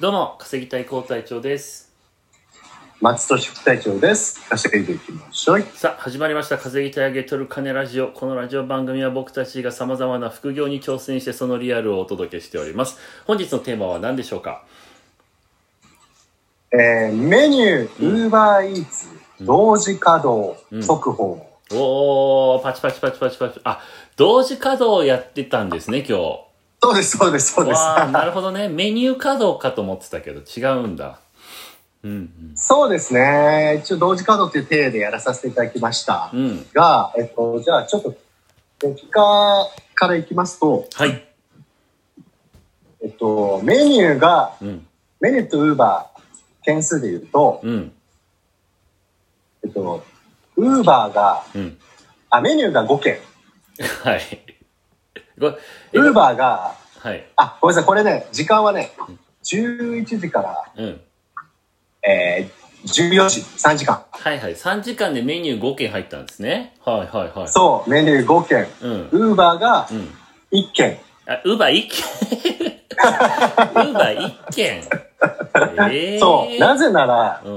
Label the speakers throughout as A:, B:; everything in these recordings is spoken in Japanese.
A: どうも、稼ぎたい高隊長です。
B: 松戸副隊長です。稼いでいきましょう。
A: さあ、始まりました。稼ぎたいあげとる金ラジオ。このラジオ番組は僕たちが様々な副業に挑戦してそのリアルをお届けしております。本日のテーマは何でしょうか
B: えーメニュー、ウーバーイーツ、同時稼働、
A: うん
B: 速報。
A: おー、パチパチパチパチパチ。あ、同時稼働やってたんですね、今日。
B: そうです、そうです、そうです。
A: わー、なるほどね。メニュー稼働かと思ってたけど、違うんだ。うん、
B: そうですね。一応同時稼働という体でやらさせていただきました
A: うん。。うん。
B: が、えっと、じゃあちょっと、結果からいきますと、
A: はい。
B: えっと、メニューが、
A: うん、
B: メニューとウーバー、件数で言うと、
A: うん、
B: えっと、ウーバーが、
A: うん。
B: あ、メニューが5件、
A: はい。ごえ
B: ウーバーが、
A: はい。
B: あ、ごめんなさい、これね、時間はね、11時か
A: う
B: ら
A: ん。
B: えー、14時、3時間。
A: はいはい。3時間でメニュー5件入ったんですね。はいはいはい。
B: そう、メニュー5件。
A: う。ん。
B: ウーバーが
A: うん。
B: 1件。
A: あ、ウーバー1件 ウーバー1件ええー。
B: そう、なぜなら、
A: うん。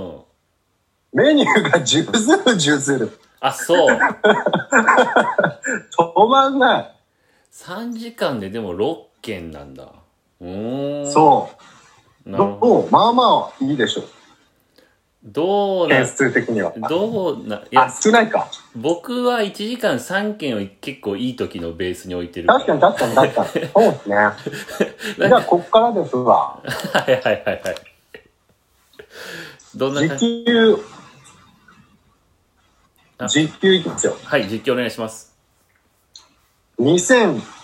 B: メニューが十ずる十ずる。
A: あ、そう。
B: 止まんない。
A: 3時間ででも6件なんだ。うーん。。
B: そうう。
A: なる
B: ど
A: ほど。
B: どうまあまあいいでしょう。
A: どう
B: 件
A: な、
B: 数的には。
A: どうな、い
B: あ、
A: や、
B: 少ないか。
A: 僕は1時間3件を結構いい時のベースに置いてるら
B: 確かに確かに確かに。そうです ね。じゃあ、こっからですわ。
A: はいはいはいはい。どんな
B: 時
A: 感じ
B: 給
A: あ、
B: 時給いきますよ。
A: はい、実況お願いします。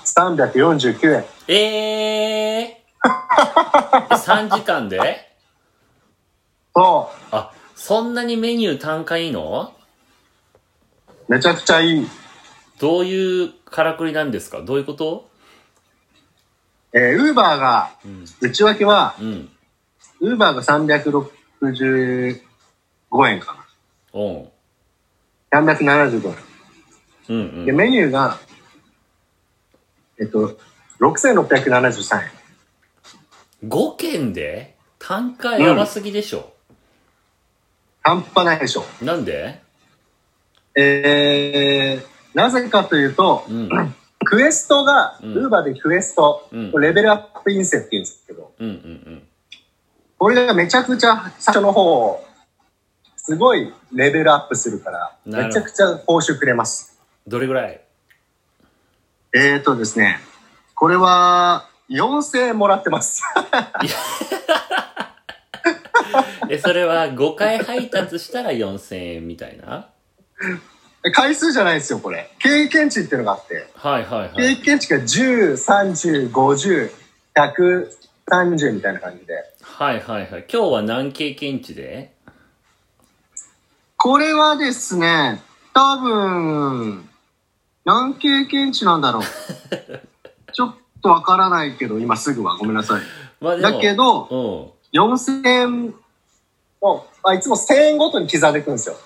B: 2349円。
A: ええー、!3 時間で
B: そ
A: あ、そんなにメニュー単価いいの
B: う。めちゃくちゃいい。
A: どういうからくりなんですかどういうこと
B: えー、ウーバーが、
A: うん。
B: 内訳は、
A: うん。
B: ウーバーが365円か
A: おん。
B: な。375円。
A: うん
B: で、
A: うん。
B: メニューが、えっと、6673円。
A: 5件で単価やばすぎでしょ、
B: 半端ないでしょ。
A: なんで
B: えー、なぜかというと、
A: うん。
B: クエストが、
A: うん
B: ウーバーでクエスト、
A: うん
B: レベルアップインセって言うんですけど、
A: うんうん
B: これがめちゃくちゃ最初の方、すごいレベルアップするから、
A: なるほど
B: めちゃくちゃ報酬くれます。
A: うん。どれぐらい
B: えーとですね、これは、4000もらってます。
A: え、それは5回配達したら4000円みたいな
B: 回数じゃないですよ、これ。経験値っていうのがあって、
A: はいはいは
B: 経
A: い。
B: 験値が10、30、50、130みたいな感じで。
A: はいはいはい。今日は何経験値で
B: これはですね、多分、何経験値なんだろう。 ちょっとわからないけど、今すぐはごめんなさい。
A: まあでも。
B: だけど、
A: うん。
B: 4000円を、あいつも1000円ごとに刻んでいくんですよ。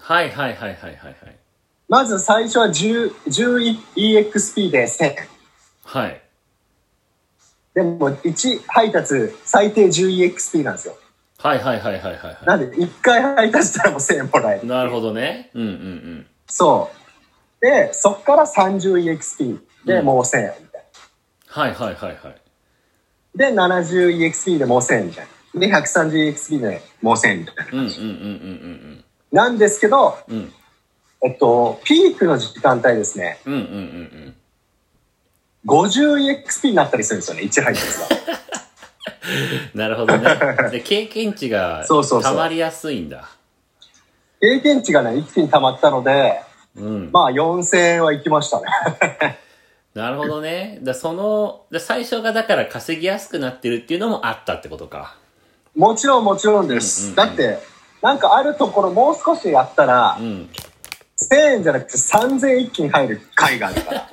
A: はいはいはいはいはいはい。
B: まず最初は 10- 10EXP で1000円。
A: はい。
B: でも1配達最低 10EXP なんですよ。
A: はいはいはいはいはいは
B: なんで1回配達したらもう1000円もらえ
A: い。
B: る。
A: なるほどね。うんうんうん。
B: そう。で、そっから 30EXP で
A: うん
B: もう1000円みたい
A: はいはいはいはい。
B: な。で、70EXP でもう1000円みたいな。で、130EXP でもう1000円みたいな。
A: うんうんうんうん
B: なんですけど、
A: うんうん。うん
B: えっと、ピークの時間帯ですね、
A: うんうんうん
B: 50EXP になったりするんですよね、1配達が。
A: うん。なるほど ね。で経験値が
B: そうそうそ
A: た
B: う
A: まりやすいんだ。
B: 経験値がね、一気に溜まったので、
A: うん。
B: まあ4000円はいきましたね。
A: なるほどね。だその、だ最初がだから稼ぎやすくなってるっていうのもあったってことか。
B: もちろんもちろんです。
A: うんうんうん
B: だって、なんかあるところもう少しやったら
A: う、ん。
B: 1000円じゃなくて3000円一気に入る回があるから。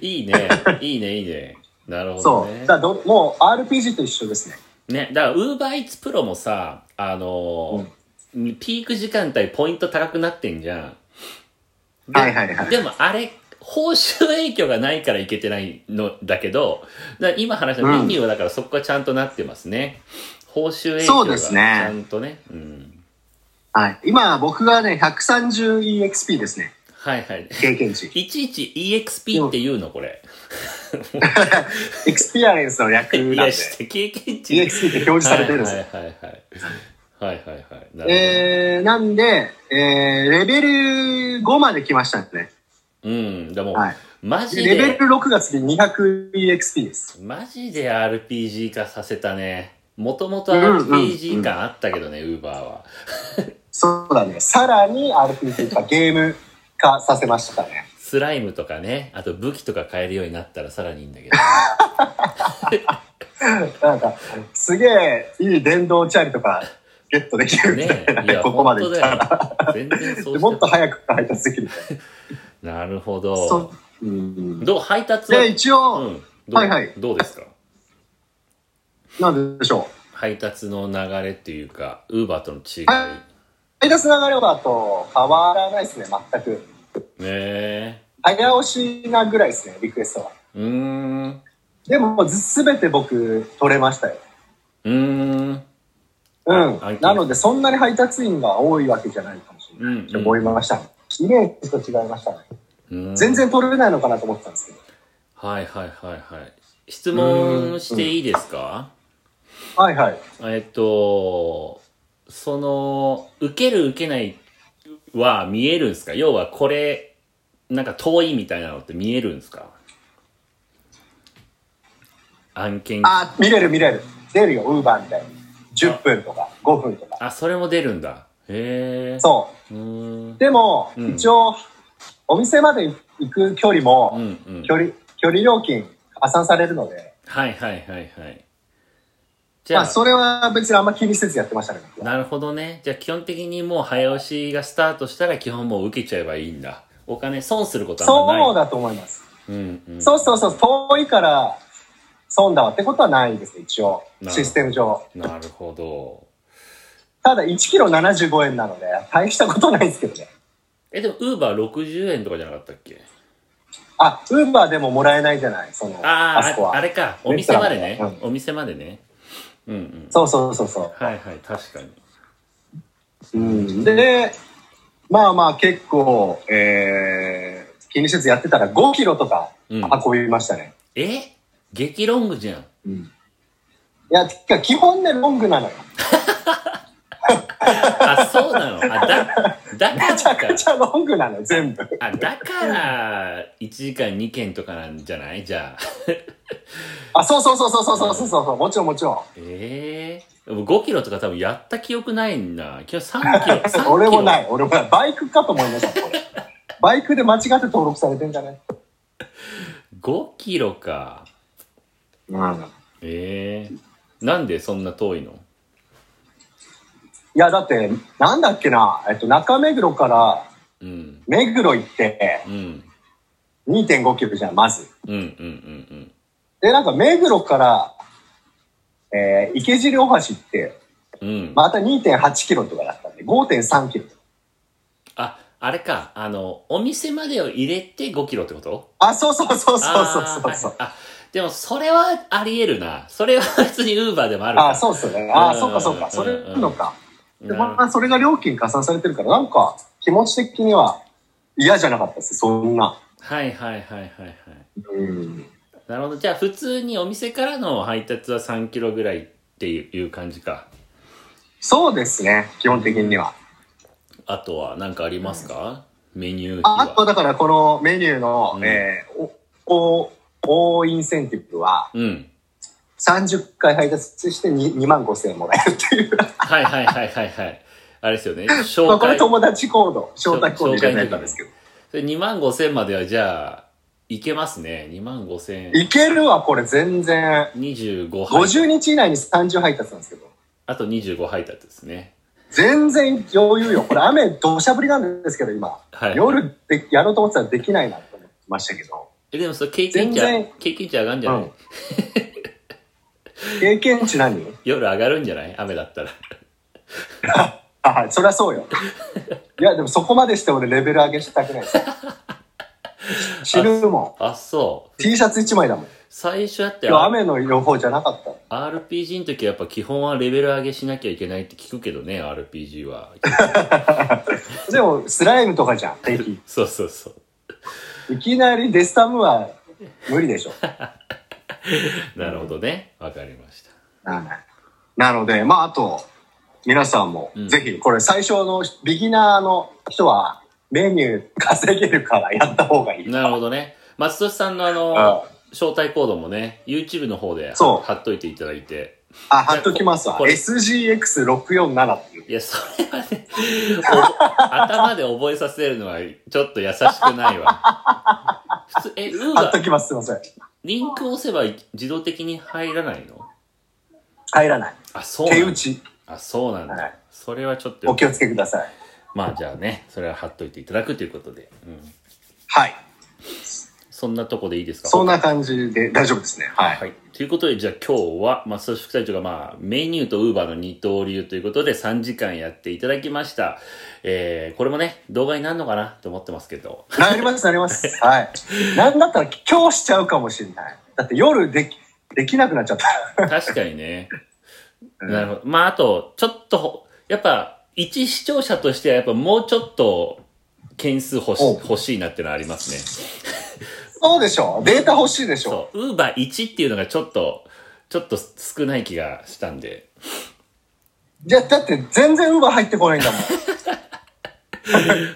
A: いいね。いいねいいね。なるほど
B: そ
A: ね。
B: う。だからどもう RPG と一緒ですね。
A: ね、だから UberEats Pro もさ、あのーピーク時間帯ポイント高くなってんじゃん。で
B: はいはいはい
A: でもあれ、報酬影響がないからいけてないのだけど、だ今話したメニューはだからそこがちゃんとなってますね。報酬影響
B: そう
A: が
B: です
A: ち
B: ね
A: ゃんとね。うん。
B: はい。今、僕がね、130EXP ですね。
A: はいはい。
B: 経験値。
A: いちいち EXP って言うのこれ。
B: エクスペリエンスの略
A: い
B: なん
A: や、
B: で。
A: して経験値
B: EXP って表示されてるんですよ。
A: はいはいはいはい。はいはいはい。なるほど
B: えー、なんで、えー、レベル5まで来ましたんでね。
A: うん。でも、
B: はい。
A: マジ
B: レベ
A: で
B: ル、6が次 200EXP です。
A: マジで RPG 化させたね。もともと
B: うんうん
A: RPG 感あったけどね、ウーバーは。
B: そうだね。さらに RPG 化、ゲーム化させましたね。
A: スライムとかね、あと武器とか買えるようになったらさらにいいんだけど。
B: なんか、すげえいい電動チャリとかゲットできるみた
A: ね
B: いな、
A: いや、
B: ここまで
A: 本
B: 行っ
A: 当
B: た
A: だよ
B: ら。。
A: 全然そう
B: で
A: して
B: もっと早く配達できるみたい
A: なるほ
B: な。そ
A: ど。
B: う。うん。
A: どう配達は
B: で、一応、
A: うん。どう
B: はいはい
A: どうですか
B: なんでしょう。
A: 配達の流れっていうか、ウーバーとの違い。
B: は配達流れだと変わらないですね、全く。
A: ねえ。
B: 早押しなぐらいですね、リクエストは。
A: うーん。
B: でも、すべて僕、取れましたよ。
A: うーん。
B: うん
A: あ。
B: なので、そんなに配達員が多いわけじゃないかもしれない。
A: うんうん
B: って思いました。イメージと違いましたね。
A: うん
B: 全然取れないのかなと思ってたんですけど。
A: はいはいはいはい。質問していいですか、
B: はいはい。
A: えっと、その、受ける受けないは見えるんですか要はこれ、なんか遠いみたいなのって見えるんですか案件。あ
B: あ、見れる見れる。出るよ、ウーバーみたいに。10分とか、5分とか。
A: それも出るんだ。へえ。。
B: そう
A: うーん
B: う。。でも、
A: うん
B: 一応、お店まで行く距離も、
A: うんうん。
B: 距離、距離料金加算されるので、
A: はいはいはいはい。じ
B: ま
A: ゃ
B: あ、
A: あ、
B: それは別にあんま気にせずやってましたね。僕は
A: なるほどね。じゃあ基本的にもう早押しがスタートしたら基本もう受けちゃえばいいんだ。お金損することはあんまない。
B: そうだと思います。
A: うんうん。
B: そうそうそう、遠いから損だわってことはないです、一応。
A: なるほど
B: システム上。
A: なるほど。
B: ただ、1キロ75円なので、大したことないですけどね。
A: え、でも、ウーバー60円とかじゃなかったっけ
B: あ、ウーバーでももらえないじゃない、その、
A: あ
B: あそこ
A: あ、あ
B: は。
A: れか。お店まで
B: レ
A: ね
B: ストラン。
A: お店までね。うんうん。
B: そうそうそうそ
A: はいはい、確かに。
B: う。うん、で、まあまあ結構、えー、気にせずやってたら5キロとか
A: うん
B: 運びましたね。
A: え激ロングじゃん。
B: うんいや、てか基本ね、ロングなのよ。
A: あ、そうなの。あ、だ、だ
B: めち
A: か
B: ゃ
A: らか
B: く。ちゃロングなのよ、全部。
A: あ、だから、1時間2件とかなんじゃないじゃあ。
B: あ、そうそうそうそうそうそうそうそう、もちろんもちろん。
A: ええー。5キロとか多分やった記憶ないんだ。今日3キロ。3キロ
B: 俺もない、俺もない。バイクかと思いました、これ。バイクで間違って登録されてんじゃない
A: 5キロか。
B: うん。
A: ええー。なんでそんな遠いの
B: いや、だって、なんだっけな、えっと、中目黒から
A: うん。
B: 目黒行って、
A: うん。
B: 2.5キロじゃん、まず。
A: うんうんうんうん。
B: で、なんか目黒から、えー、池尻大橋行って、
A: うん、
B: また2.8キロとかだったんで、5.3キロ。
A: あ、あれか、あの、お店までを入れて5キロってこと
B: あ、そうそうそうそうそうそうそう。
A: あーはいあ、でもそれはあり得るな。それは別にウーバーでもある
B: あ
A: か。
B: そうっすよね。あ
A: うん
B: そうかそうか。それ
A: うん
B: のか。で
A: なる
B: まあ、それが料金加算されてるから、なんか、気持ち的には嫌じゃなかったです、そんな。
A: はいはいはいはいはい。
B: うん。
A: なるほど。じゃあ普通にお店からの配達は3キロぐらいっていう感じか。
B: そうですね、基本的には。
A: あとは何かありますか、メニュー
B: ああ
A: 費
B: と、
A: は。
B: だから、このメニューの、
A: うん
B: えーお、お、おインセンティブは、
A: うん。
B: 30回配達して 2, 2万5千円もらえるっていう。
A: はいはいはいはいはい。あれですよね。
B: ま
A: 紹
B: あ、これ
A: 介。
B: 友達コード、招待コード
A: 紹
B: 入れ
A: 介
B: られたんですけど。
A: それ2万5千まではじゃあ、いけますね。2万5千。
B: いけるわ、これ全然。
A: 25配達。
B: 50日以内に30配達なんですけど。
A: あと25配達ですね。
B: 全然余裕よ。これ雨土砂降りなんですけど、今。
A: はい
B: 夜でやろうと思ってたらできないなと思ってましたけど。
A: え、でもそれ経験値
B: 全然、
A: 経験値上がるんじゃない、
B: うん経験値何
A: 夜上がるんじゃない雨だったら。
B: あ、はい、そりゃそうよ。いや、でもそこまでして俺レベル上げしたくないです。知るも
A: あ、そ
B: ん。T シャツ1枚だもん。
A: う。最初やって
B: 今日雨の予報じゃなかった。
A: RPG の時はやっぱ基本はレベル上げしなきゃいけないって聞くけどね、RPG は。
B: でも、スライムとかじゃん、敵。
A: そうそうそう。
B: いきなりデスタムは無理でしょ。
A: なるほどね。わかりました。
B: うん なので、まあ、あと、皆さんも
A: う、ん
B: ぜひ、これ最初のビギナーの人は、メニュー稼げるからやった方がいい。
A: なるほどね。松俊さんのあの、
B: あ
A: 招待コードもね、YouTube の方で
B: そう
A: 貼っといていただいて。
B: あ、貼っときますわ。
A: これ
B: SGX647 っていう。
A: いや、それはね、お 頭で覚えさせるのはちょっと優しくないわ。普通、え、ウー
B: 貼っ
A: が
B: ときます、すいません。
A: リンクを押せば自動的に入らないの
B: 入らない。
A: あ、そう
B: 手
A: なん
B: 打
A: だ。
B: ち。
A: あ、そうなんだ。
B: はい
A: それはちょっと
B: お気をつけください。
A: まあじゃあね、それは貼っといていただくということで。うん。
B: はい。
A: そんなとこでいいですか
B: そんな感じで大丈夫ですね。はい。
A: はい。ということで、じゃあ今日は、まあ、組織隊長が、まあ、メニューとウーバーの二刀流ということで、3時間やっていただきました。えー、これもね、動画になるのかなと思ってますけど。
B: なります、なります。はい。なんだったら今日しちゃうかもしれない。だって夜でき、できなくなっちゃった。
A: 確かにね。なるほど。まあ、あと、ちょっとほ、やっぱ、一視聴者としては、やっぱもうちょっと、件数欲し
B: お
A: 欲しいなっていうのはありますね。
B: そうでしょデータ欲しいでしょ
A: そう。ウーバー1っていうのがちょっと、ちょっと少ない気がしたんで。
B: じゃ、だって全然ウーバー入ってこないんだもん。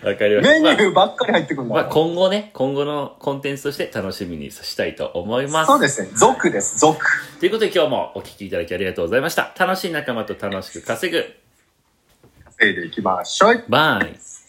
A: わかりました。
B: メニ
A: まあ
B: ューばっかり入ってくるんだ
A: ま
B: も
A: あ
B: ん。
A: 今後ね、今後のコンテンツとして楽しみにしたいと思います。
B: そうですね。族です、族。
A: ということで今日もお聞きいただきありがとうございました。楽しい仲間と楽しく稼ぐ。
B: せいでいきましょう。
A: バイ。